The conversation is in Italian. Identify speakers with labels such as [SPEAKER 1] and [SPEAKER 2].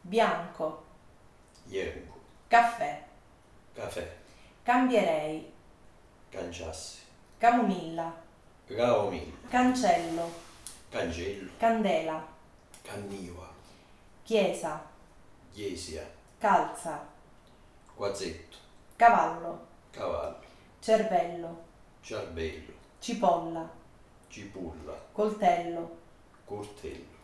[SPEAKER 1] bianco,
[SPEAKER 2] Yerungu,
[SPEAKER 1] caffè,
[SPEAKER 2] Cafè,
[SPEAKER 1] cambierei,
[SPEAKER 2] Canciassi,
[SPEAKER 1] camomilla,
[SPEAKER 2] Raomil,
[SPEAKER 1] cancello,
[SPEAKER 2] Cangello,
[SPEAKER 1] candela,
[SPEAKER 2] Canniva,
[SPEAKER 1] chiesa,
[SPEAKER 2] Iesia,
[SPEAKER 1] calza,
[SPEAKER 2] Quazzetto,
[SPEAKER 1] cavallo,
[SPEAKER 2] Cavallo,
[SPEAKER 1] cervello,
[SPEAKER 2] Ciarbello,
[SPEAKER 1] cipolla,
[SPEAKER 2] Cipulla,
[SPEAKER 1] coltello,
[SPEAKER 2] Cortello,